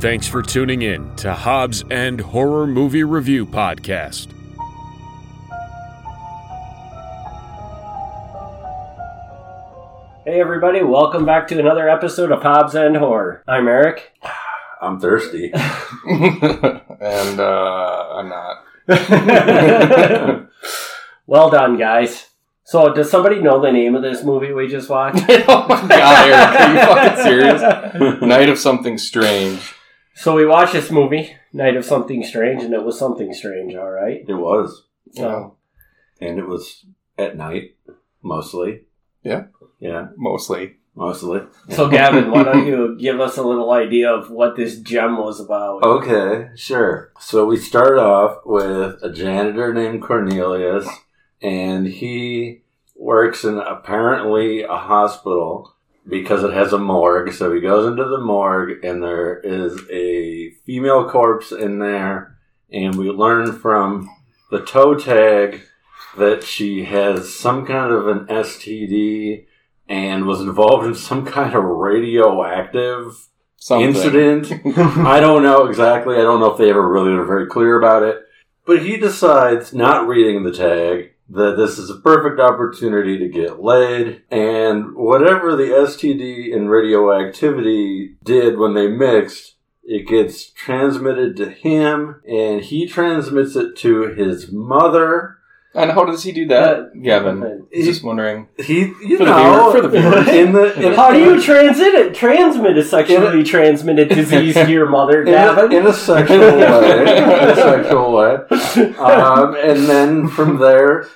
Thanks for tuning in to Hobbs End Horror Movie Review Podcast. Hey everybody, welcome back to another episode of Hobbs End Horror. I'm Eric. I'm thirsty. and uh, I'm not. well done, guys. So, does somebody know the name of this movie we just watched? oh my god, Eric, are you fucking serious? Night of something strange. So, we watched this movie, Night of Something Strange, and it was something strange, all right? It was. So, And it was at night, mostly. Yeah. Yeah, Mostly. mostly. so Gavin, why don't you give us a little idea of what this gem was about? Oh, Okay, sure. So we start off with a janitor named Cornelius, and he works in apparently a hospital because it has a morgue. So he goes into the morgue, and there is a female corpse in there, and we learn from the toe tag that she has some kind of an STD and was involved in some kind of radioactive Something. incident. I don't know exactly. I don't know if they ever really were very clear about it. But he decides, not reading the tag, that this is a perfect opportunity to get laid. And whatever the STD and radioactivity did when they mixed, it gets transmitted to him, and he transmits it to his mother. And how does he do that, Gavin? He, Just wondering. he you For the know, viewer- for the viewer. in the in, How do you transit it? Transmit a sexually transmitted disease to your mother, in a, Gavin? in a sexual way, in a sexual way. Um, and then from there,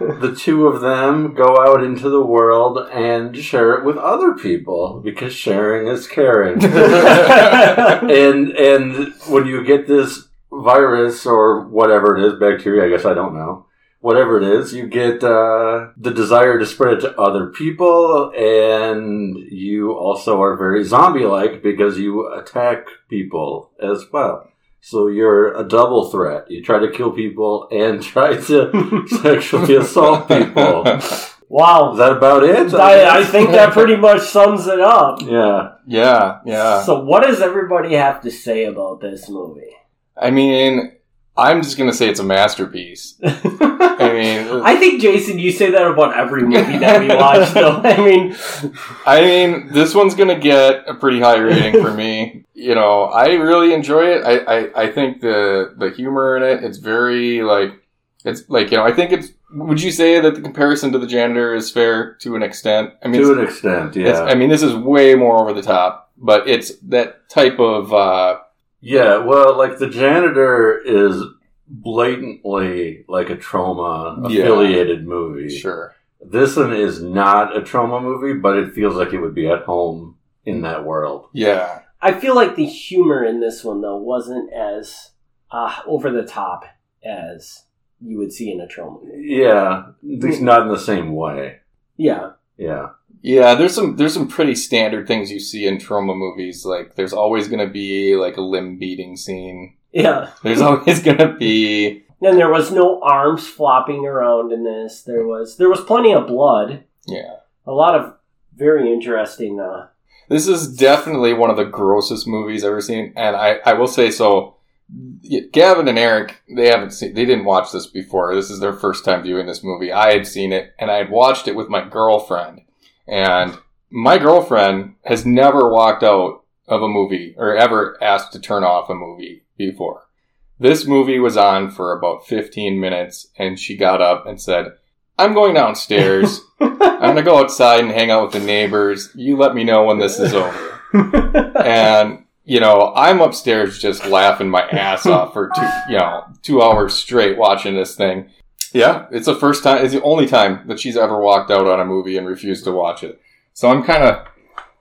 the two of them go out into the world and share it with other people because sharing is caring. and and when you get this virus or whatever it is, bacteria, I guess I don't know. Whatever it is, you get uh, the desire to spread it to other people, and you also are very zombie like because you attack people as well. So you're a double threat. You try to kill people and try to sexually assault people. wow. Is that about it? I, I think that pretty much sums it up. Yeah. yeah, yeah. So, what does everybody have to say about this movie? I mean, I'm just gonna say it's a masterpiece. I mean, I think, Jason, you say that about every movie that we watch, though. I mean, I mean, this one's gonna get a pretty high rating for me. You know, I really enjoy it. I, I, I think the the humor in it, it's very like it's like you know, I think it's. Would you say that the comparison to the janitor is fair to an extent? I mean, To it's- an extent, it's- yeah. I mean, this is way more over the top, but it's that type of uh, Yeah, well, like the janitor is blatantly like a trauma Yeah. affiliated movie. sure. This one is not a trauma movie, but it feels like it would be at home in that world. Yeah, I feel like the humor in this one, though, wasn't as uh, over the top as you would see in a trauma movie. Yeah, at least not in the same way. Yeah. Yeah, yeah. There's some there's some pretty standard things you see in trauma movies. Like there's always gonna be like a limb beating scene. Yeah. There's always gonna be Then there was no arms flopping around in this. There was there was plenty of blood. Yeah. A lot of very interesting uh, This is definitely one of the grossest movies I've ever seen, and I, I will say so. y- Gavin and Eric, they haven't seen, they didn't watch this before. This is their first time viewing this movie. I had seen it, and I had watched it with my girlfriend, and my girlfriend has never walked out of a movie or ever asked to turn off a movie before. This movie was on for about 15 minutes, and she got up and said, I'm going downstairs. I'm gonna go outside and hang out with the neighbors. You let me know when this is over. uh, and you know, I'm upstairs just laughing my ass off for two, you know, two hours straight watching this thing. Yeah, it's the first time. It's the only time that she's ever walked out on a movie and refused to watch it. So I'm kind of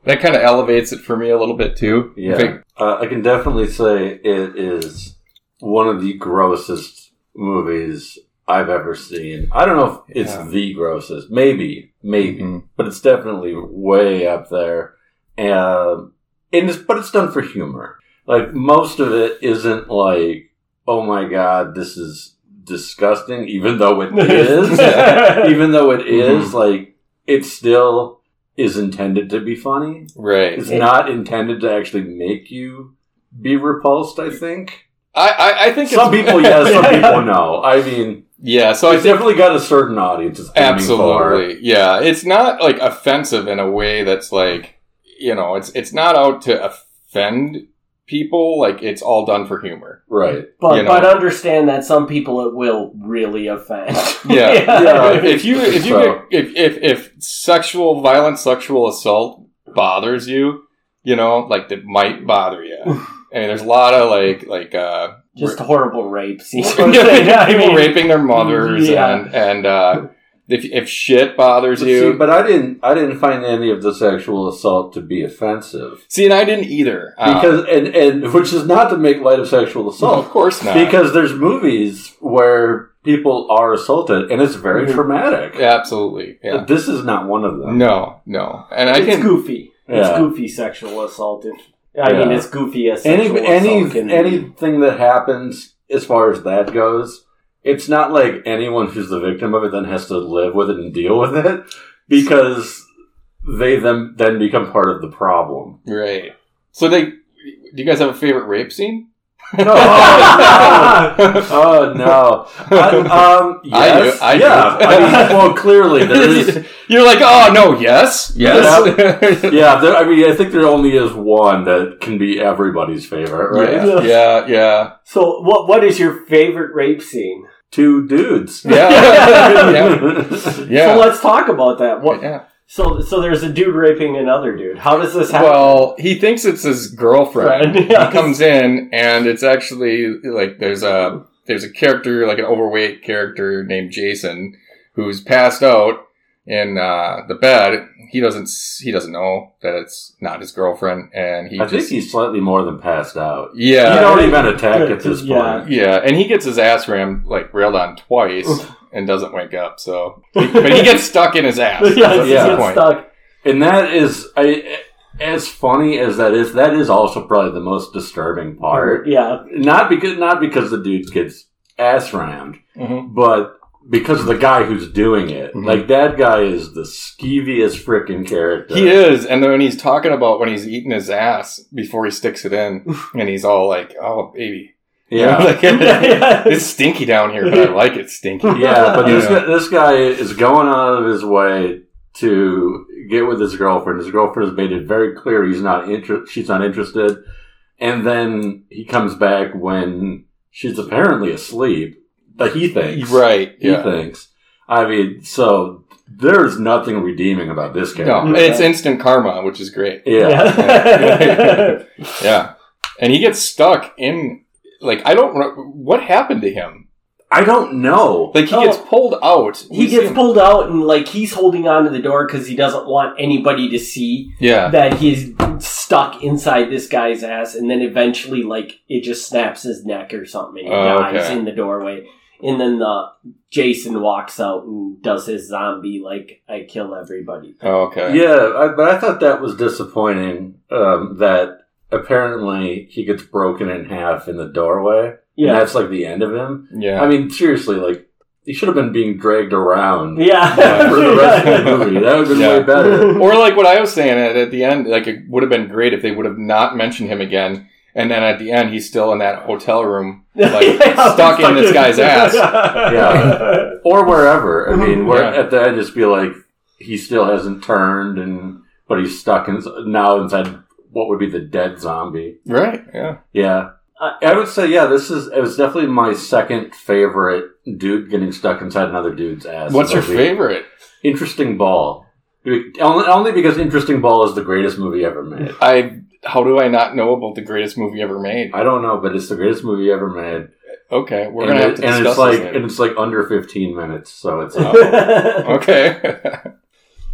that kind of elevates it for me a little bit too. yeah. I think- Uh, I can definitely say it is one of the grossest movies I've ever seen. I don't know if it's Yeah. the grossest. Maybe, maybe. Mhm. but it's definitely way up there. Um, and it's, but it's done for humor. Like most of it isn't like, oh my god, this is disgusting. Even though it is, even though it Mm-hmm. is, like it still is intended to be funny. Right. It's not intended to actually make you be repulsed, I think. I, I, I think Some it's, people yes, some people no. I mean, yeah. So so I it's think definitely got a certain audience. It's aiming for. absolutely yeah. It's not like offensive in a way that's like you know it's it's not out to offend people. Like it's all done for humor. Right. But You know. but understand that some people it will really offend. Yeah. Yeah. if if you if you So- get, if, if if sexual violent sexual assault bothers you, you know, like it might bother you. I mean, there's a lot of like like uh, just horrible rape scenes. ra- Yeah, I people mean, raping their mothers Yeah. and and uh, if if shit bothers But, you. see, but I didn't. I didn't find any of the sexual assault to be offensive See, and I didn't either Uh, because, and and which is not to make light of sexual of assault. course not. Because there's movies where people are assaulted, and it's very Mhm. traumatic. absolutely, Mm-hmm. yeah. But this is not one of them. No, no, and I it's can. goofy. It's Yeah. goofy sexual assault. If, I mean, Yeah. it's goofy as any sexual assault can any be. anything that happens as far as that goes, it's not like anyone who's the victim of it then has to live with it and deal with it because they then then become part of the problem. Right. So they, do you guys have a favorite rape scene? No, oh, no. Oh, no. I, um, I do, yes, I do. yeah. I mean, well, clearly there is. You're like, oh no, yes, yes. Yeah, there, I mean, I think there only is one that can be everybody's favorite, right? Yeah, yeah, yeah. So what what is your favorite rape scene? Two dudes. Yeah. yeah. So Yeah. let's talk about that. What, Yeah. So so there's a dude raping another dude. How does this happen? Well, he thinks it's his girlfriend. Friend, yes. He comes in and it's actually like there's a there's a character like an overweight character named Jason who's passed out in uh, the bed. He doesn't s- he doesn't know that it's not his girlfriend and he I think just he's slightly more than passed out. yeah. He'd already been attacked at this Yeah. point. Yeah, and he gets his ass rammed, like railed on twice, and doesn't wake up. So, but he gets stuck in his ass. yeah, That's he the yeah. gets point. stuck. And that is, I, as funny as that is, that is also probably the most disturbing part. Yeah, Not because not because the dude gets ass rammed, Mhm. but because of the guy who's doing it. Mhm. Like that guy is the skeeviest freaking character. He is, and then when he's talking about when he's eating his ass before he sticks it in, and he's all like, "Oh, baby, Yeah. like, it's stinky down here, but I like it stinky." yeah, but this Yeah. guy, this guy is going out of his way to get with his girlfriend. His girlfriend has made it very clear he's not inter- she's not interested. And then he comes back when she's apparently asleep. That he thinks, Right? He Yeah. thinks. I mean, so there's nothing redeeming about this guy. No, and it's instant karma, which is great. Yeah. Yeah. Yeah, and he gets stuck in like I don't re- what happened to him. I don't know. Like he Oh. gets pulled out. he We see gets him- pulled out and like he's holding on to the door because he doesn't want anybody to see Yeah. that he's stuck inside this guy's ass, and then eventually like it just snaps his neck or something, and he Oh, dies okay. in the doorway. And then the Jason walks out and does his zombie like I kill everybody. Oh, okay. Yeah, I, but I thought that was disappointing. Um, that apparently he gets broken in half in the doorway. Yeah. And Yeah, that's like the end of him. Yeah. I mean, seriously, like he should have been being dragged around yeah. Yeah, for the rest of the movie. That would have been Yeah. way better. or like what I was saying at, at the end, like it would have been great if they would have not mentioned him again. And then at the end, he's still in that hotel room. Like, stuck in this guy's ass. yeah. Or wherever. I mean, where Yeah. at the end just be like he still hasn't turned and but he's stuck in, now inside what would be the dead zombie. Right. Yeah. Yeah. I- I would say, yeah, this is it was definitely my second favorite dude getting stuck inside another dude's ass. What's your movie. favorite? Interesting Ball. Only only because Interesting Ball is the greatest movie ever made. I. How do I not know about the greatest movie ever made? I don't know, but it's the greatest movie ever made. Okay, we're and gonna have it- to and discuss it's this like later. and it's like under 15 minutes, so it's Oh. Okay.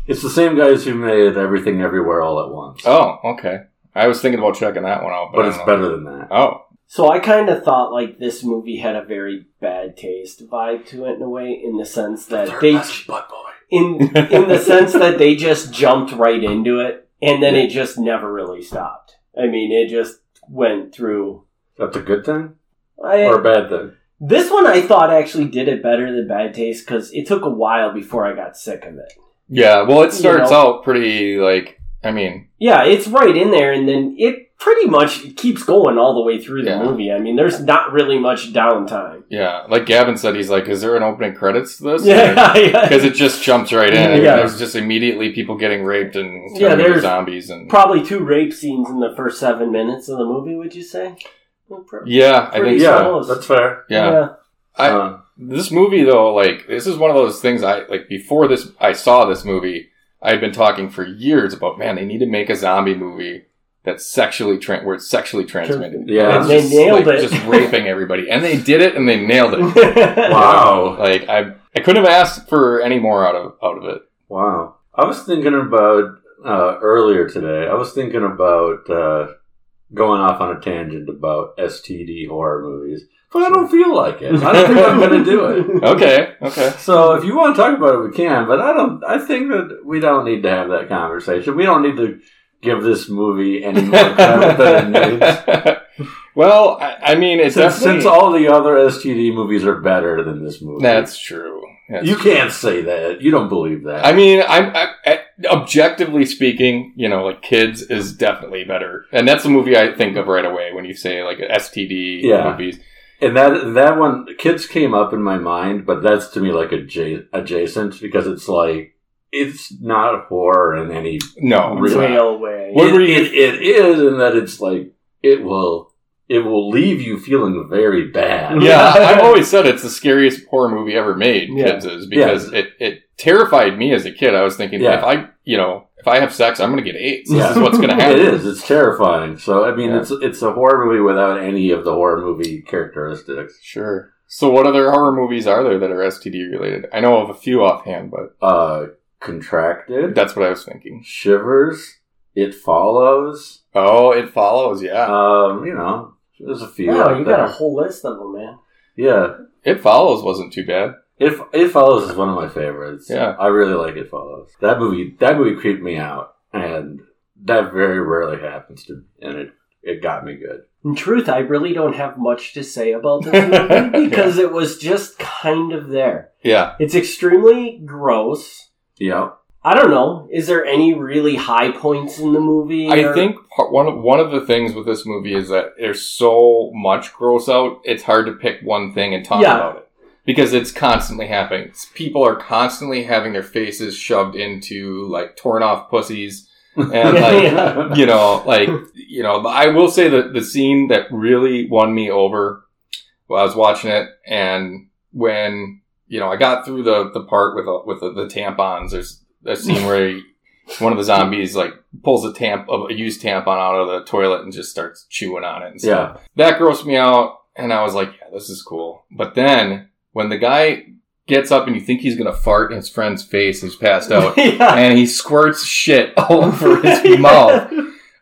it's the same guys who made Everything Everywhere All at Once, oh, okay. I was thinking about checking that one out, but, but I it's don't know. better than that. Oh, So I kind of thought like this movie had a very bad taste vibe to it in a way, in the sense that Uh, they butt boy. in in the sense that they just jumped right into it, and then it just never really stopped. I mean, it just went through. That's a good thing I, or a bad thing. this one I thought actually did it better than Bad Taste because it took a while before I got sick of it. yeah. Well, it starts You know. out pretty like I mean, Yeah, it's right in there, and then it pretty much keeps going all the way through the Yeah. movie. I mean, there's not really much downtime. yeah, like Gavin said, he's like, is there an opening credits to this? Yeah, yeah. Because it just jumps right in. and Yeah. There's just immediately people getting raped and Yeah, turning into there's- zombies and Probably two rape scenes in the first seven minutes of the movie. Would you say? Well, pro- yeah, I think Pretty- so. Yeah, almost- that's fair. Yeah. I- Uh, This movie though, like this is one of those things I like before this I saw this movie, I had been talking for years about man, they need to make a zombie movie that's sexually tra- where it's sexually transmitted. Yeah. It's They nailed it. Just raping everybody. And they did it and they nailed it. yeah. wow. Like I I couldn't have asked for any more out of out of it. Wow. I was thinking about uh, earlier today, I was thinking about uh, going off on a tangent about STD horror movies, but I don't feel like it. I don't think I'm going to do it. Okay, okay. So if you want to talk about it, we can. But I don't. I think that we don't need to have that conversation. We don't need to give this movie any more credit than it needs. well, I, I mean it's Since, definitely since all the other STD movies are better than this movie, that's true. That's you can't say that. You don't believe that. I mean, I'm I, I, objectively speaking, you know, like kids is definitely better, and that's the movie I think of right away when you say like STD Yeah. movies. and that that one, kids came up in my mind, but that's to me like adja- adjacent because it's like it's not horror in any. No, it's Really? not. Real way. What it, were you- it- it is in that it's like it will it will leave you feeling very bad. yeah, I've always said it's the scariest horror movie ever made. Yeah. Kids is because it it terrified me as a kid. I was thinking Yeah. if I you know if I have sex, I'm gonna get AIDS. Yeah. This is what's gonna happen. It is. It's terrifying. So I mean, Yeah. it's it's a horror movie without any of the horror movie characteristics. Sure. So, what other horror movies are there that are STD related? I know of a few offhand, but Uh, contracted, that's what I was thinking. shivers. It follows. Oh, it follows. Yeah. Um, you know, there's a few. Wow, out you there. got a whole list of them, man. yeah. It follows wasn't too bad. It it follows is one of my favorites. Yeah. I really like it follows. That movie that movie creeped me out, and that very rarely happens to me, and it it got me good. In truth, I really don't have much to say about this movie because it was just kind of there. Yeah. It's extremely gross. Yeah. I don't know. Is there any really high points in the movie? I or- think part, one of, one of the things with this movie is that there's so much gross out. It's hard to pick one thing and talk Yeah. about it because it's constantly happening. It's- people are constantly having their faces shoved into like torn off pussies and like you know, like you know, I will say that the scene that really won me over while I was watching it, and when you know, I got through the the part with the, with the, the tampons. There's a scene where he, one of the zombies like pulls a tamp a used tampon out of the toilet and just starts chewing on it. And stuff. yeah. That grossed me out, and I was like, yeah, this is cool. But then when the guy gets up and you think he's gonna fart in his friend's face who's passed out. yeah. And he squirts shit all over his mouth.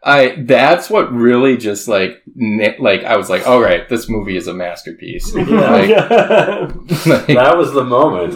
I that's what really just like ni- like I was like, all right, this movie is a masterpiece. Yeah. Like, that was the moment.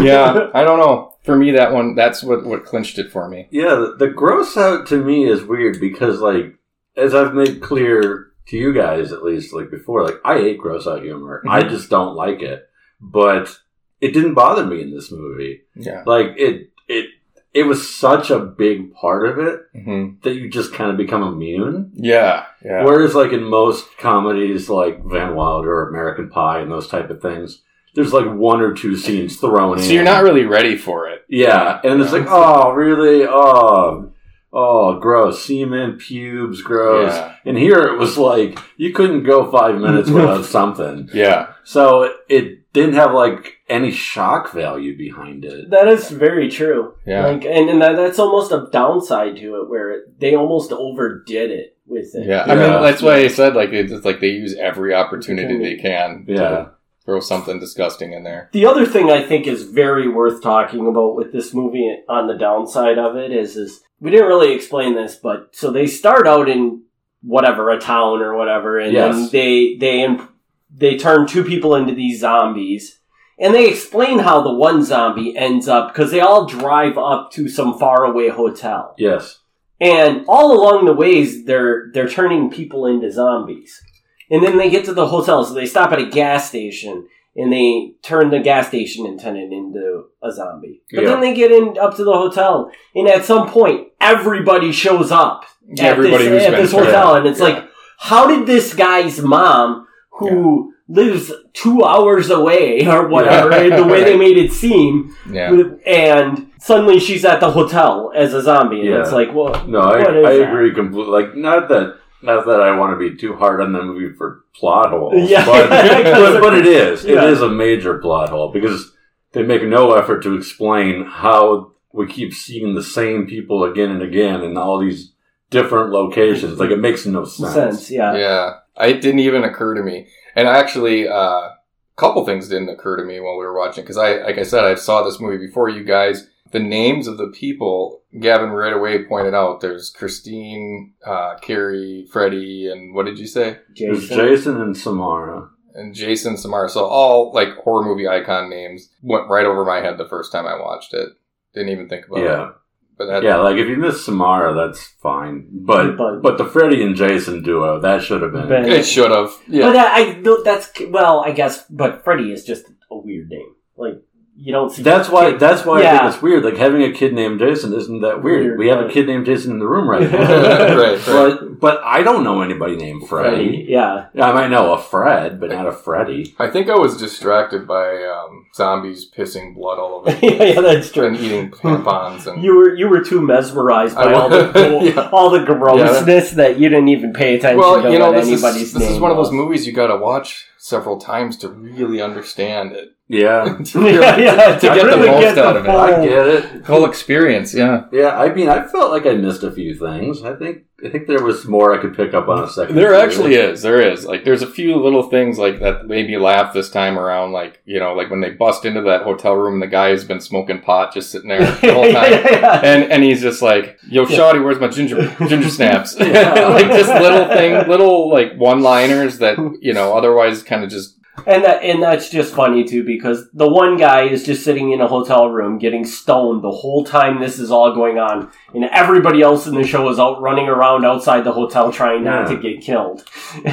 yeah, I don't know. For me, that one that's what what clinched it for me. Yeah, the, the gross out to me is weird because, like, as I've made clear to you guys at least, like before, like I hate gross out humor. I Mhm. just don't like it. But it didn't bother me in this movie. Yeah, Like it, it, it was such a big part of it hmm that you just kind of become immune. yeah, yeah. Whereas, like in most comedies, like Van Wilder or American Pie and those type of things, there's like one or two scenes thrown in. so you're not really ready for it. Yeah, and it's like, oh, really? Oh, oh, gross. Semen, pubes, gross. Yeah, And here it was like you couldn't go five minutes without something. yeah, So it didn't have like any shock value behind it. That is very true. yeah. Like, and, and that, that's almost a downside to it, where it, they almost overdid it with it. yeah, Yeah. I mean that's why I said like it's like they use every opportunity they can to Yeah. throw something disgusting in there. The other thing I think is very worth talking about with this movie on the downside of it is is we didn't really explain this, but so they start out in whatever a town or whatever, and then Yes. they they imp- they turn two people into these zombies, and they explain how the one zombie ends up because they all drive up to some faraway hotel, Yes. and all along the ways they're they're turning people into zombies, and then they get to the hotel, so they stop at a gas station and they turn the gas station attendant into a zombie. But Yeah. then they get in up to the hotel, and at some point, everybody shows up at Everybody this, who's at been this turned. hotel, and it's Yeah. like, how did this guy's mom, who lives two hours away or whatever, Yeah. the way they Right. made it seem, Yeah. with- and suddenly she's at the hotel as a zombie, and it's Yeah. like, well, No, I, What is I that? agree completely. Like, not that not that I want to be too hard on the movie for plot holes, Yeah. but, but but it is Yeah. it is a major plot hole because they make no effort to explain how we keep seeing the same people again and again in all these different locations. Like, it makes no sense. sense, yeah. Yeah. It didn't even occur to me. And actually, uh, a couple things didn't occur to me while we were watching because I, like I said, I saw this movie before you guys. The names of the people, Gavin right away pointed out. There's Christine, uh, Carrie, Freddie, and what did you say? There's Jason. Jason and Samara. and Jason Samara. So all like horror movie icon names went right over my head the first time I watched it. Didn't even think about yeah, it. But that, yeah. Like, if you miss Samara, that's fine. But But- but, the Freddy and Jason duo that should have been. Been- it should have. Yeah. But I, I no, that's well, I guess. But Freddy is just a weird name. Like you don't see. That's why. That's why I Yeah. think it's weird. Like having a kid named Jason isn't that weird. Weird, we have right. a kid named Jason in the room right right, now. right. but but I don't know anybody named Freddy. Freddy. Yeah, I might know a Fred, but not a Freddy. I think I was distracted by um, zombies pissing blood all over yeah, yeah, that's and true. eating tampons and You were you were too mesmerized I by all was- the gro- yeah. all the grossness that you didn't even pay attention well, to you know, what this is anybody's this is name one of those was. movies you got to watch several times to really understand it. Yeah, yeah, yeah, to get I get the really most get the out of it. full- I I get it. Whole experience, yeah. Yeah, I mean, I felt like I missed a few things. I think I think there was more I could pick up on a second. There viewing. actually is. There is. Like, there's a few little things like that made me laugh this time around. Like, you know, like when they bust into that hotel room and the guy has been smoking pot just sitting there the whole yeah, time. yeah, yeah. And and he's just like, yo, Yeah. Shawty, where's my ginger ginger snaps? Yeah. like just little thing, little like one liners that you know otherwise kind of just And that and that's just funny too because the one guy is just sitting in a hotel room getting stoned the whole time this is all going on, and everybody else in the show is out running around outside the hotel trying not Yeah. to get killed.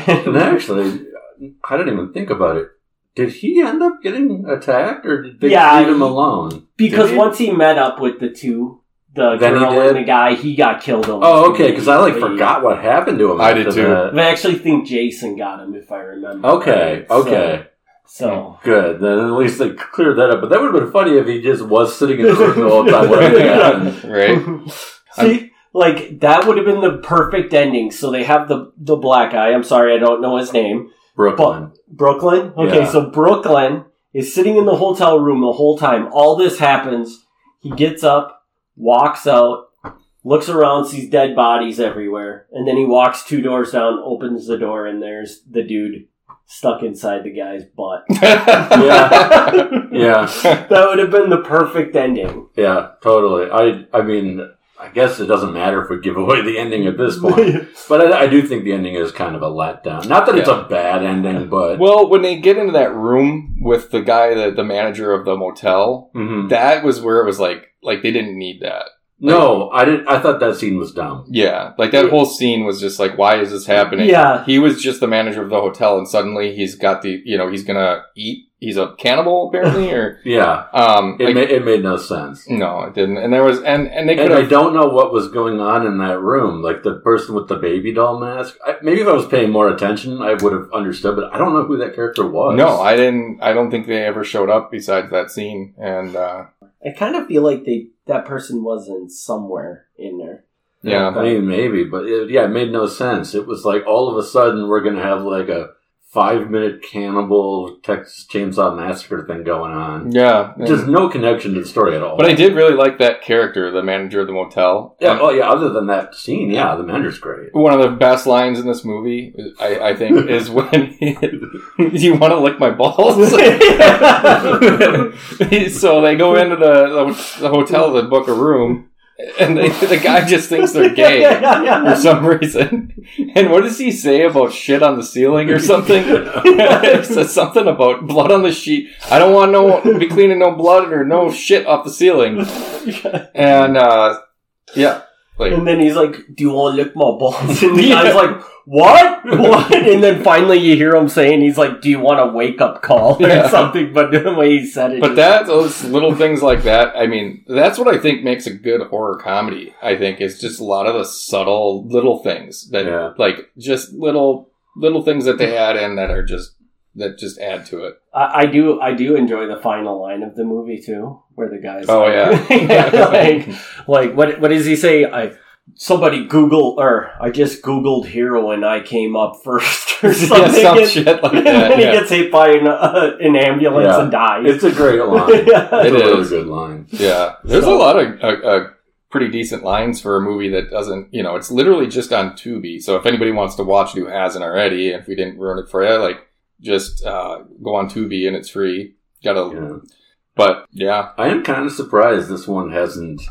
And actually, I didn't even think about it. Did he end up getting attacked, or did they Yeah, leave him he- alone? because Did he? once he met up with the two, the Then he girl and did? the guy, he got killed. almost Oh, okay. Because I like immediately. forgot what happened to him. I did after too. that. I actually think Jason got him if I remember. Okay, right. So- okay. So, Good. Then at least they cleared that up. But that would have been funny if he just was sitting in the room the whole time. whatever happened. right. See, like that would have been the perfect ending. So they have the the black guy. I'm sorry, I don't know his name. Brooklyn. Brooklyn. Okay, Yeah. so Brooklyn is sitting in the hotel room the whole time. All this happens. He gets up, walks out, looks around, sees dead bodies everywhere, and then he walks two doors down, opens the door, and there's the dude stuck inside the guy's butt. yeah. Yeah, That would have been the perfect ending. yeah, totally. I, I mean, I guess it doesn't matter if we give away the ending at this point. But I, I do think the ending is kind of a letdown. Not that it's a bad ending, but Well, when they get into that room with the guy, the, the manager of the motel, Mhm. that was where it was like, like they didn't need that. no, I didn't. I thought that scene was dumb. Yeah, like that whole scene was just like, why is this happening? Yeah. he was just the manager of the hotel, and suddenly he's got the, you know, he's gonna eat. He's a cannibal apparently, or Yeah, um, it like- ma- it made no sense. no, it didn't. And there was, and and they could And I have, don't know what was going on in that room. Like the person with the baby doll mask. I, maybe if I was paying more attention, I would have understood. But I don't know who that character was. no, I didn't. I don't think they ever showed up besides that scene. And uh, I kind of feel like they that person wasn't somewhere in there. yeah, I mean, maybe, but it, yeah, it made no sense. It was like all of a sudden we're gonna have like a five minute cannibal Texas Chainsaw Massacre thing going on. yeah. and- Just no connection to the story at all. but I did really like that character, the manager of the motel. yeah, oh yeah. Other than that scene, yeah, the manager's great. One of the best lines in this movie, I, I think, is when he, you want to lick my balls. so they go into the, the, the hotel to book a room, and they, the guy just thinks they're Yeah, gay yeah, yeah. for some reason. And what does he say about shit on the ceiling or something? He says something about blood on the sheet. I don't want no be cleaning no blood or no shit off the ceiling. And uh, yeah, Like, And then he's like, "Do you want to lick my balls?" And the guy's like, "What? What?" And then finally, you hear him saying, "He's like, do you want a wake up call or Yeah. something?" But the way he said it, But just- that those little things like that, I mean, that's what I think makes a good horror comedy. I think is just a lot of the subtle little things that Yeah. like just little little things that they add in that are just that just add to it. I, I do, I do enjoy the final line of the movie too, where the guys, Oh, yeah. like, like what, what does he say? I somebody Google or I just Googled hero and I came up first or Yeah, something. some and, shit like and then that. he yeah. gets hit by an, uh, an ambulance Yeah. and dies. It's a great line. Yeah. It's It a really is. good line. Yeah. There's So- a lot of uh, uh, pretty decent lines for a movie that doesn't, you know, it's literally just on Tubi. So if anybody wants to watch it who hasn't already, if we didn't ruin it for you, like just uh, go on Tubi and it's free. Got a, Yeah. but yeah, I am kind of surprised this one hasn't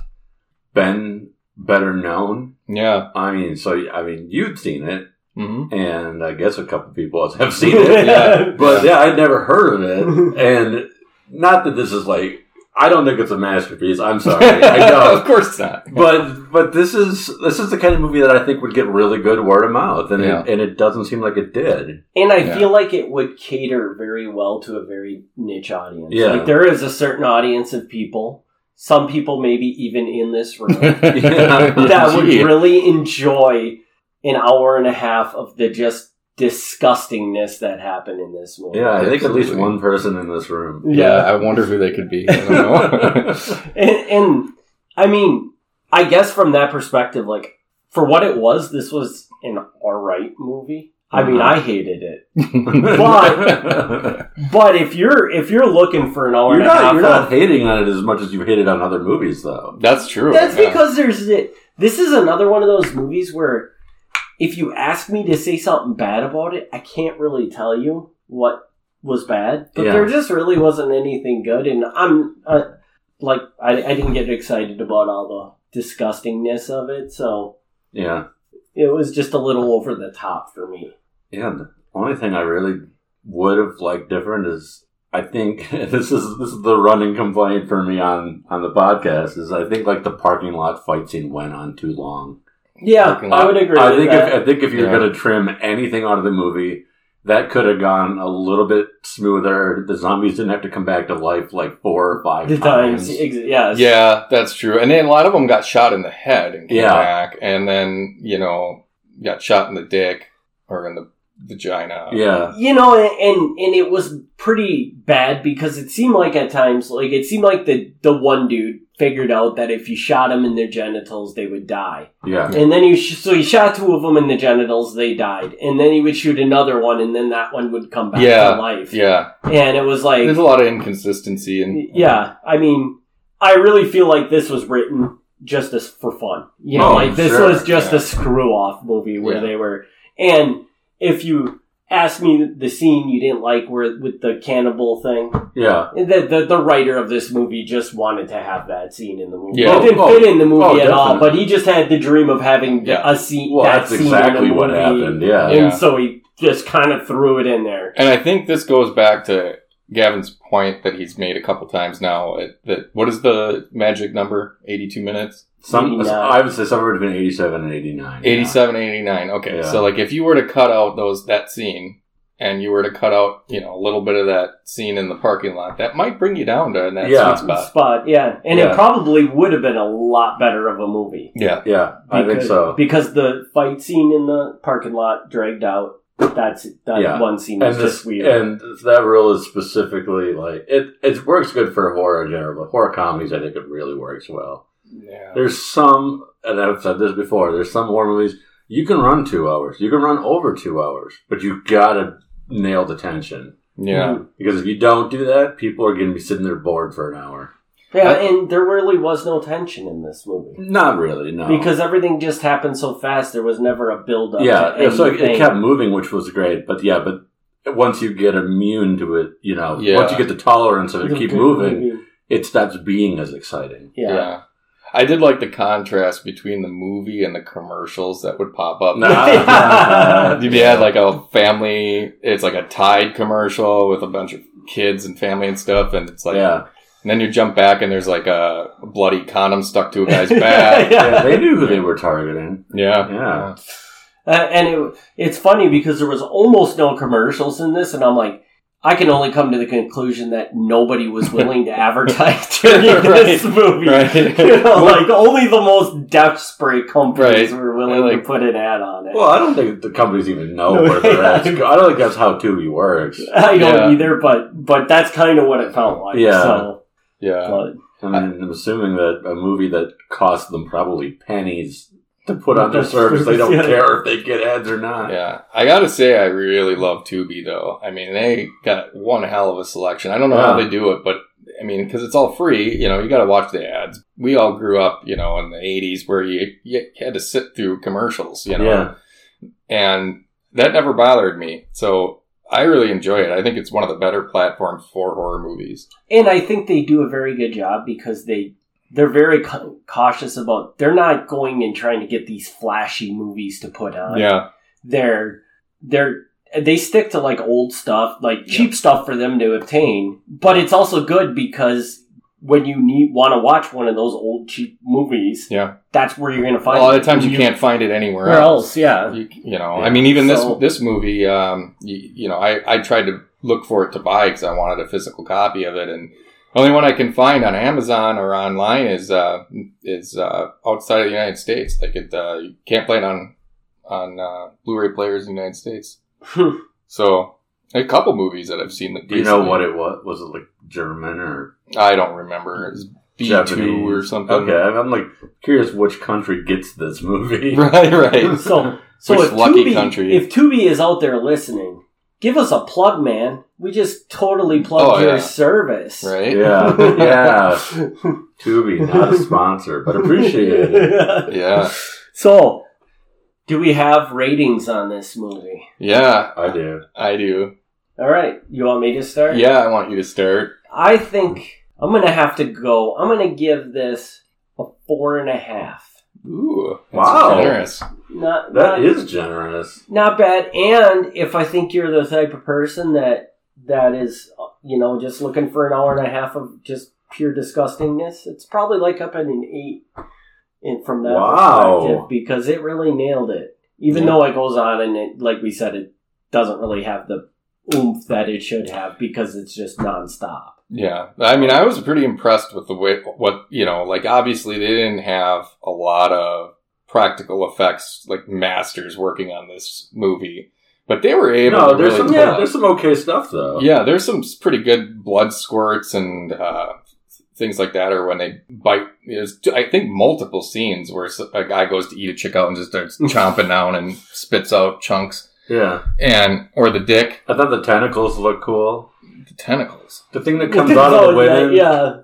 been better known. yeah. I mean, so I mean, you'd seen it, hmm and I guess a couple people else have seen it, Yeah. but yeah, I'd never heard of it. And not that this is like, I don't think it's a masterpiece. I'm sorry, I don't. of course not. but but this is this is the kind of movie that I think would get really good word of mouth, and Yeah. it, and it doesn't seem like it did. And I Yeah. feel like it would cater very well to a very niche audience. Yeah. Like there is a certain audience of people, some people maybe even in this room, that would Gee. really enjoy an hour and a half of the just disgustingness that happened in this movie. Yeah, I think at least Absolutely. one person in this room. yeah, I wonder who they could be. I don't know. And, and I mean, I guess from that perspective, like for what it was, this was an alright movie. I mean, Uh-huh. I hated it. But- But if you're if you're looking for an hour you're and a half, not you're of- not hating on it as much as you hated on other movies, though. That's true. That's yeah. because there's this is another one of those movies where if you ask me to say something bad about it, I can't really tell you what was bad. But Yeah. there just really wasn't anything good, and I'm uh, like I, I didn't get excited about all the disgustingness of it, so Yeah, it was just a little over the top for me. yeah. The only thing I really would have liked different is I think this is this is the running complaint for me on on the podcast is I think like the parking lot fight scene went on too long. Yeah, Fucking I would agree. I with think that. if, I think if you're Yeah. going to trim anything out of the movie, that could have gone a little bit smoother. The zombies didn't have to come back to life like four or five the times. times, ex- yes. Yeah, that's true. And then a lot of them got shot in the head and came Yeah. back, and then you know got shot in the dick or in the vagina. Yeah, you know and, and and it was pretty bad because it seemed like at times like it seemed like the the one dude figured out that if you shot him in their genitals they would die yeah, and then he sh- so he shot two of them in the genitals they died and then he would shoot another one and then that one would come back Yeah, to life yeah. and it was like There's a lot of inconsistency and yeah i mean i really feel like this was written just as for fun you know Oh, like this sure, was just yeah. a screw off movie where Yeah. they were and if you ask me the scene you didn't like where with the cannibal thing yeah. the, the, the writer of this movie just wanted to have that scene in the movie Yeah. it didn't Oh, fit in the movie oh, at all definitely. but he just had the dream of having Yeah. a scene Well, that that's scene exactly in the what movie, happened. Yeah. Yeah. and so he just kind of threw it in there And I think this goes back to Gavin's point that he's made a couple times now. At, that what is the magic number? Eighty-two minutes, Some 89. I would say somewhere between eighty-seven and eighty-nine. yeah. eighty-seven, eighty-nine. Okay, Yeah. so like if you were to cut out those that scene, and you were to cut out you know a little bit of that scene in the parking lot, that might bring you down to that Yeah. sweet spot. spot yeah and Yeah. it probably would have been a lot better of a movie Yeah, Yeah, I think Because- so. Because the fight scene in the parking lot dragged out. That's that Yeah. one scene And was this, just weird. and that rule is specifically like it. It works good for horror in general, but horror comedies, I think, it really works well. yeah. There's some, and I've said this before. There's some horror movies you can run two hours, you can run over two hours, but you gotta nail the tension Yeah. Mm. because if you don't do that, people are gonna be sitting there bored for an hour. yeah, I- and there really was no tension in this movie Not really, no. because everything just happened so fast. There was never a build up. yeah, to it's like it anything. kept moving, which was great. But yeah, but once you get immune to it, you know, Yeah. once you get the tolerance of It was it, a keep good moving, movie. it stops being as exciting. Yeah. I did like the contrast between the movie and the commercials that would pop up. Nah. If you had like a family, it's like a Tide commercial with a bunch of kids and family and stuff, and it's like yeah, And then you jump back and there's like a bloody condom stuck to a guy's back. Yeah, they knew who they were targeting. Yeah. Yeah. Uh, and it, it's funny because there was almost no commercials in this, and I'm like, I can only come to the conclusion that nobody was willing to advertise during this movie. Right. You know, like only the most desperate companies Right. were willing Like- to put an ad on it. Well, I don't think the companies even know No, where they're yeah. at. I don't think that's how Tubi works. I don't Yeah. either, but but that's kind of what it felt like. Yeah. So, Yeah. but I mean, I'm assuming that a movie that cost them probably pennies to put on their That's service, they don't true, yeah. care if they get ads or not. Yeah. I gotta say I really love Tubi though. I mean, they got one hell of a selection. I don't know how Yeah. they do it, but I mean, because it's all free, you know, you gotta watch the ads. We all grew up, you know, in the eighties where you, you had to sit through commercials, you know. Yeah. and that never bothered me. So I really enjoy it. I think it's one of the better platforms for horror movies. and I think they do a very good job because they they're very cau- cautious about they're not going and trying to get these flashy movies to put on. yeah, they're they're they stick to like old stuff, like cheap stuff for them to obtain. But it's also good because when you need want to watch one of those old cheap movies, Yeah. that's where you're gonna a find. lot it. of times you, can't find it anywhere Where else. else? Yeah, You, you know, Yeah. I mean, even So- this this movie, um, you, you know, I I tried to look for it to buy because I wanted a physical copy of it, and the only one I can find on Amazon or online is uh is uh outside of the United States. Like it, uh, you can't play it on on uh, Blu-ray players in the United States. Hmm. so a couple movies that I've seen that Do you know recently- what it was? Was it like German or I don't remember. It was B Japanese? two or something. Okay, I'm I'm, like curious which country gets this movie. Right, right. so so Which if lucky Tubi, country. if Tubi is out there listening, give us a plug, man. We just totally plugged Oh, your yeah. service. Right? Yeah, yeah. Tubi, not a sponsor, but appreciated. Yeah. so, do we have ratings on this movie? Yeah, I do. I do. All right, you want me to start? Yeah, I want you to start. I think I'm gonna have to go. I'm gonna give this a four and a half. Ooh. that's Wow. Generous. Not That not, is generous. not bad. And if I think you're the type of person that that is, you know, just looking for an hour and a half of just pure disgustingness, it's probably like up at an eight. In from that Wow. perspective, because it really nailed it. Even Yeah. though it goes on and it, like we said, it doesn't really have the oomph that it should have because it's just nonstop. Yeah. I mean, I was pretty impressed with the way, what, you know, like obviously they didn't have a lot of practical effects, like masters working on this movie, but they were able No, to there's really some pull yeah, it. there's some okay stuff though. Yeah, there's some pretty good blood squirts and uh, things like that, or when they bite. There's, I think, multiple scenes where s- a guy goes to eat a chick out and just starts chomping down and spits out chunks, yeah. and or the dick, I thought the tentacles looked cool. the tentacles. The thing that comes out of the women. yeah.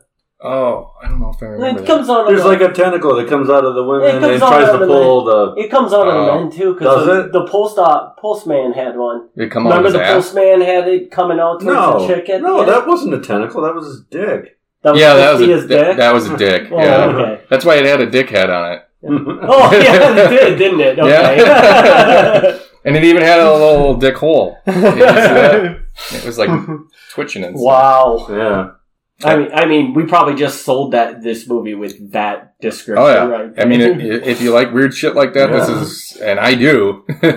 Oh, I don't know if I It remember. that. comes out. of There's the- like a tentacle that comes out of the It women comes and out tries of the to pull the. It comes out of Oh. the men too, because Does the, it? the post op postman had one. They come out of Remember his the ass. postman had it coming out towards the No, chick at the no, end? that wasn't a tentacle. That was his dick. yeah, that supposed was to be a, his that, dick? that was a dick. Oh, yeah, okay. that's why it had a dick head on it, Oh yeah, it did, didn't it? Okay. Yeah. and it even had a little dick hole. Did you see that? It was like twitching and stuff. wow. yeah, I mean, I mean, we probably just sold that this movie with that description, Oh yeah, right? I mean, i- i- if you like weird shit like that, this Yeah. is, and I do. You're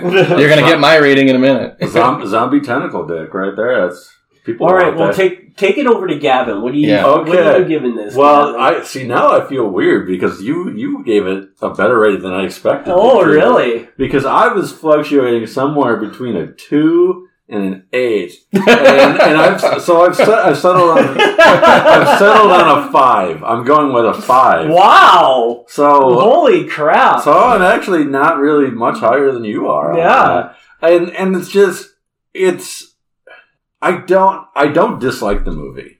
gonna get my rating in a minute. Zom- zombie tentacle dick right there. That's people. All like right, well, that. take take it over to Gavin. What do you? Yeah. What are Okay. you giving this? Well, Gavin? I see now. I feel weird because you you gave it a better rating than I expected. Oh to. really? Because I was fluctuating somewhere between a two and an eight, and, and I've so I've, set, I've settled on I've settled on a five. I'm going with a five. Wow. Oh, So Holy crap! so I'm actually not really much higher than you are. on Yeah. that. and and it's just it's I don't I don't dislike the movie.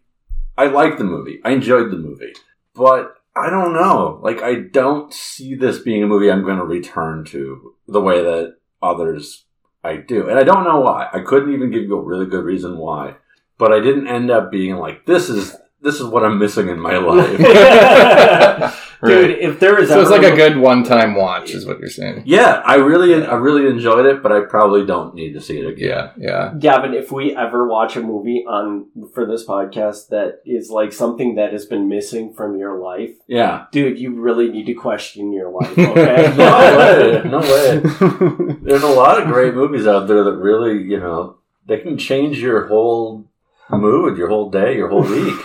I like the movie. I enjoyed the movie, but I don't know. Like I don't see this being a movie I'm going to return to the way that others I do, and I don't know why. I couldn't even give you a really good reason why, but I didn't end up being like this is this is what I'm missing in my life. Dude, if there is So it's ever- like a good one-time watch, is what you're saying. Yeah, I really, I really enjoyed it, but I probably don't need to see it again. Yeah, yeah. Gavin, if we ever watch a movie on for this podcast that is like something that has been missing from your life, Yeah, dude, you really need to question your life. no way, Okay. no way. There's a lot of great movies out there that really, you know, they can change your whole mood, your whole day, your whole week.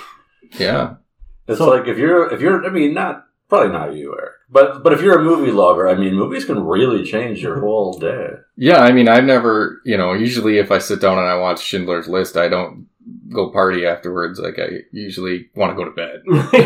Yeah. It's So- like if you're, if you're, I mean, not probably not you, Eric, but but if you're a movie lover, I mean, movies can really change your whole day. Yeah, I mean, I've never, you know, usually if I sit down and I watch Schindler's List, I don't go party afterwards. Like, I usually want to go to bed.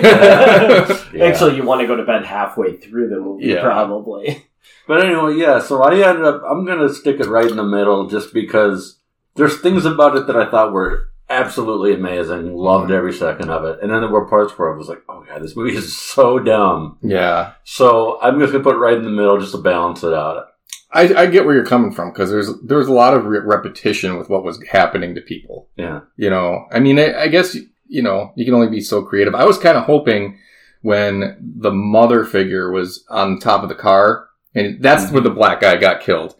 Yeah. Actually, you want to go to bed halfway through the movie, Yeah. probably. But anyway, yeah, so I ended up, I'm going to stick it right in the middle just because there's things about it that I thought were absolutely amazing, loved every second of it. And then there were parts where I was like, oh, God, this movie is so dumb. yeah. So I'm just going to put it right in the middle just to balance it out. I, I get where you're coming from because there's there's a lot of re- repetition with what was happening to people. Yeah. You know, I mean, I, I guess you know you can only be so creative. I was kind of hoping when the mother figure was on top of the car, and that's where the black guy got killed,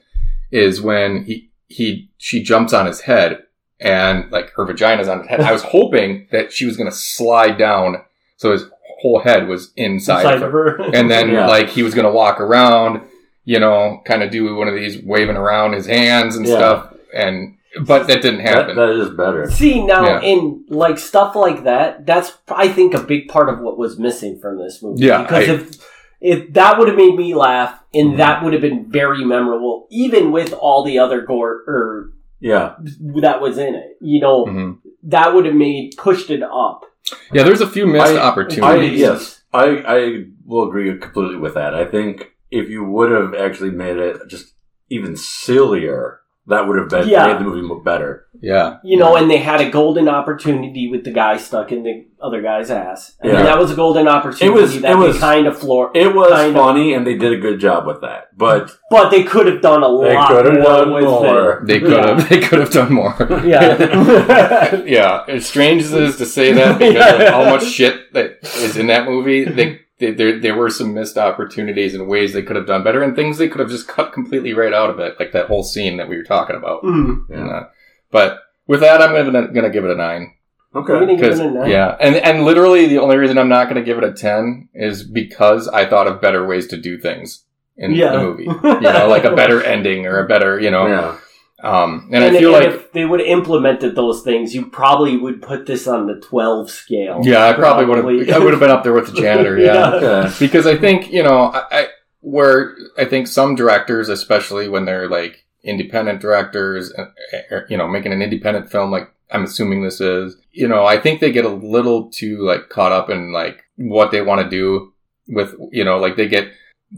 is when he he she jumps on his head and like her vagina's on his head. I was hoping that she was gonna slide down, so his whole head was inside, of her her. and then Yeah. like he was gonna walk around, you know, kind of do one of these waving around his hands and Yeah. stuff, and but that didn't That, happen. that is better. See now Yeah. in like stuff like that, that's I think a big part of what was missing from this movie. Yeah, because I- Mm-hmm. if if that would have made me laugh, and that would have been very memorable, even with all the other gore or Yeah. that was in it. You know, Mhm. that would have made pushed it up. Yeah, there's a few missed I- I, opportunities. yes, I, I will agree completely with that. I think if you would have actually made it just even sillier, that would have been, Yeah. made the movie mo- better. yeah, You know, and they had a golden opportunity with the guy stuck in the other guy's ass. I mean, Yeah. that was a golden opportunity was- that it was- they kind of floor. It was Kind of. funny, and they did a good job with that. But but they could have done a They lot could have more done with more. they could have they could have done more. it. Yeah. yeah, as strange as it is to say that because Yeah. of how much shit that is in that movie, they. they- There, there were some missed opportunities and ways they could have done better, and things they could have just cut completely right out of it, like that whole scene that we were talking about. Mm. And, uh, but with that, I'm gonna, gonna give it a nine. I'm Okay. gonna give Because it a nine. yeah, and and literally the only reason I'm not going to give it a ten is because I thought of better ways to do things in Yeah. the movie. You know, like a better ending or a better, you know. Yeah. Um, and, And, I feel and like if they would have implemented those things, you probably would put this on the twelve scale. yeah, I probably would have I would have been up there with the janitor. Yeah. Okay. because I think you know I, I where I think some directors, especially when they're like independent directors, uh, uh, you know, making an independent film, like I'm assuming this is, you know, I think they get a little too like caught up in like what they want to do with, you know, like they get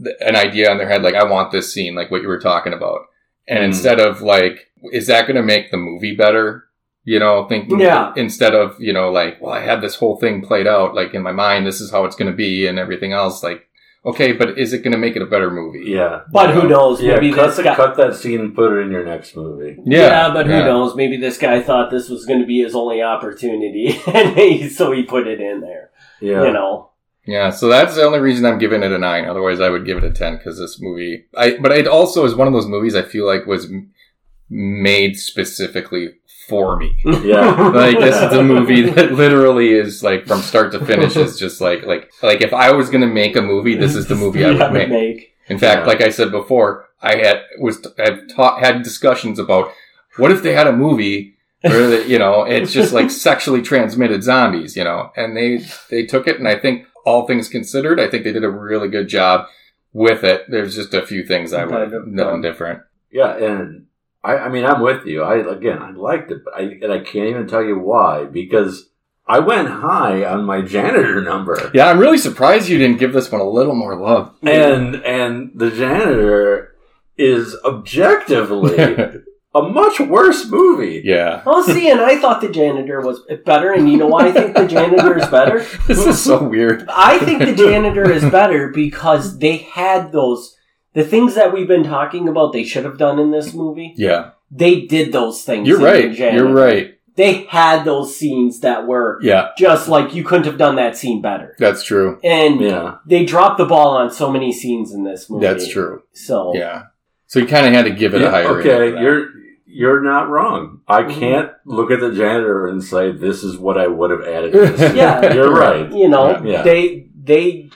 th- an idea in their head, like I want this scene, like what you were talking about, and Mhm. instead of like, is that going to make the movie better? You know, thinking Yeah. instead of, you know, like, well, I had this whole thing played out, like in my mind, this is how it's going to be and everything else. Like, okay, but is it going to make it a better movie? Yeah. But who knows? Yeah. Maybe cut, this guy. cut that scene and put it in your next movie. Yeah, but who knows? Maybe this guy thought this was going to be his only opportunity, and he, so he put it in there. Yeah. You know, Yeah, so that's the only reason I'm giving it a nine. Otherwise, I would give it a ten because this movie. I but it also is one of those movies I feel like was m- made specifically for me. Yeah. Like this is a movie that literally is like from start to finish is just like like like if I was gonna make a movie, this is the movie I would make. In fact, Yeah. like I said before, I had was I've taught had discussions about what if they had a movie where they, you know it's just like sexually transmitted zombies, you know, and they they took it, and I think all things considered, I think they did a really good job with it. There's just a few things I would have known different. Yeah. And I, I mean, I'm with you. I again, I liked it, but I and I can't even tell you why because I went high on my janitor number. Yeah, I'm really surprised you didn't give this one a little more love. and and the janitor is objectively a much worse movie. yeah, Oh, see, and I thought the janitor was better, and you know why I think the janitor is better? this is so weird. I think the janitor is better because they had those the things that we've been talking about. They should have done in this movie. Yeah, They did those things. you're in right. The Janitor. You're right. they had those scenes that were Yeah, just like you couldn't have done that scene better. that's true. And Yeah. they dropped the ball on so many scenes in this movie. That's true. So Yeah. So you kind of had to give it Yeah, a higher rating okay, for that. you're you're not wrong. I Mhm. can't look at the janitor and say this is what I would have added. To this. Yeah. you're right. you know Yeah. they they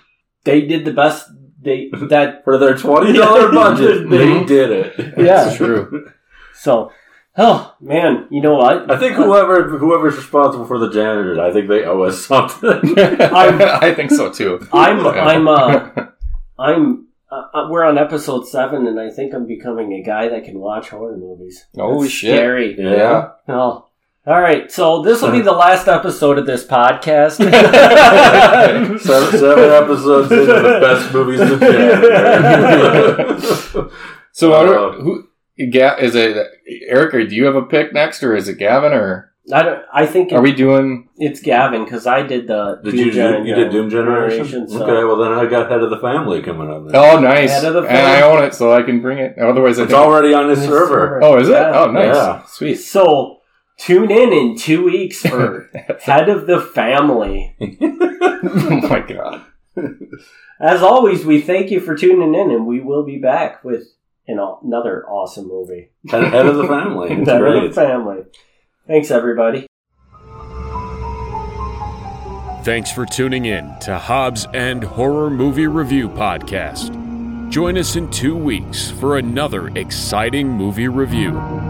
they did the best they that For their twenty dollar budget, they Mhm. did it. yeah That's true. so oh man you know what I think whoever whoever's responsible for the janitor, I think they owe us something. I think so too. I'm I'm uh I'm uh, uh, we're on episode seven and I think I'm becoming a guy that can watch horror movies Oh, That's shit. scary yeah. oh. All right, so this will be the last episode of this podcast. seven, seven episodes into the best movies of the janitor. So I Uh, don't, who? Ga- is it Eric? Or do you have a pick next, or is it Gavin? Or I, don't, I think are we doing? it's Gavin because I did the did you Gen- do, you did Doom Generation? so- Okay, well then I got Head of the Family coming up. Then. Oh, nice! Head of the And I film. own it, so I can bring it. Otherwise, I it's think. already on this This server. oh, is it? Yeah. Oh, nice! Yeah. Sweet. So tune in in two weeks for Head of the Family. oh my god! As always, we thank you for tuning in, and we will be back with an, aw- another awesome movie. Head, Head of the Family. It's Head great. of the Family. Thanks, everybody. Thanks for tuning in to Hobbs and Horror Movie Review Podcast. Join us in two weeks for another exciting movie review.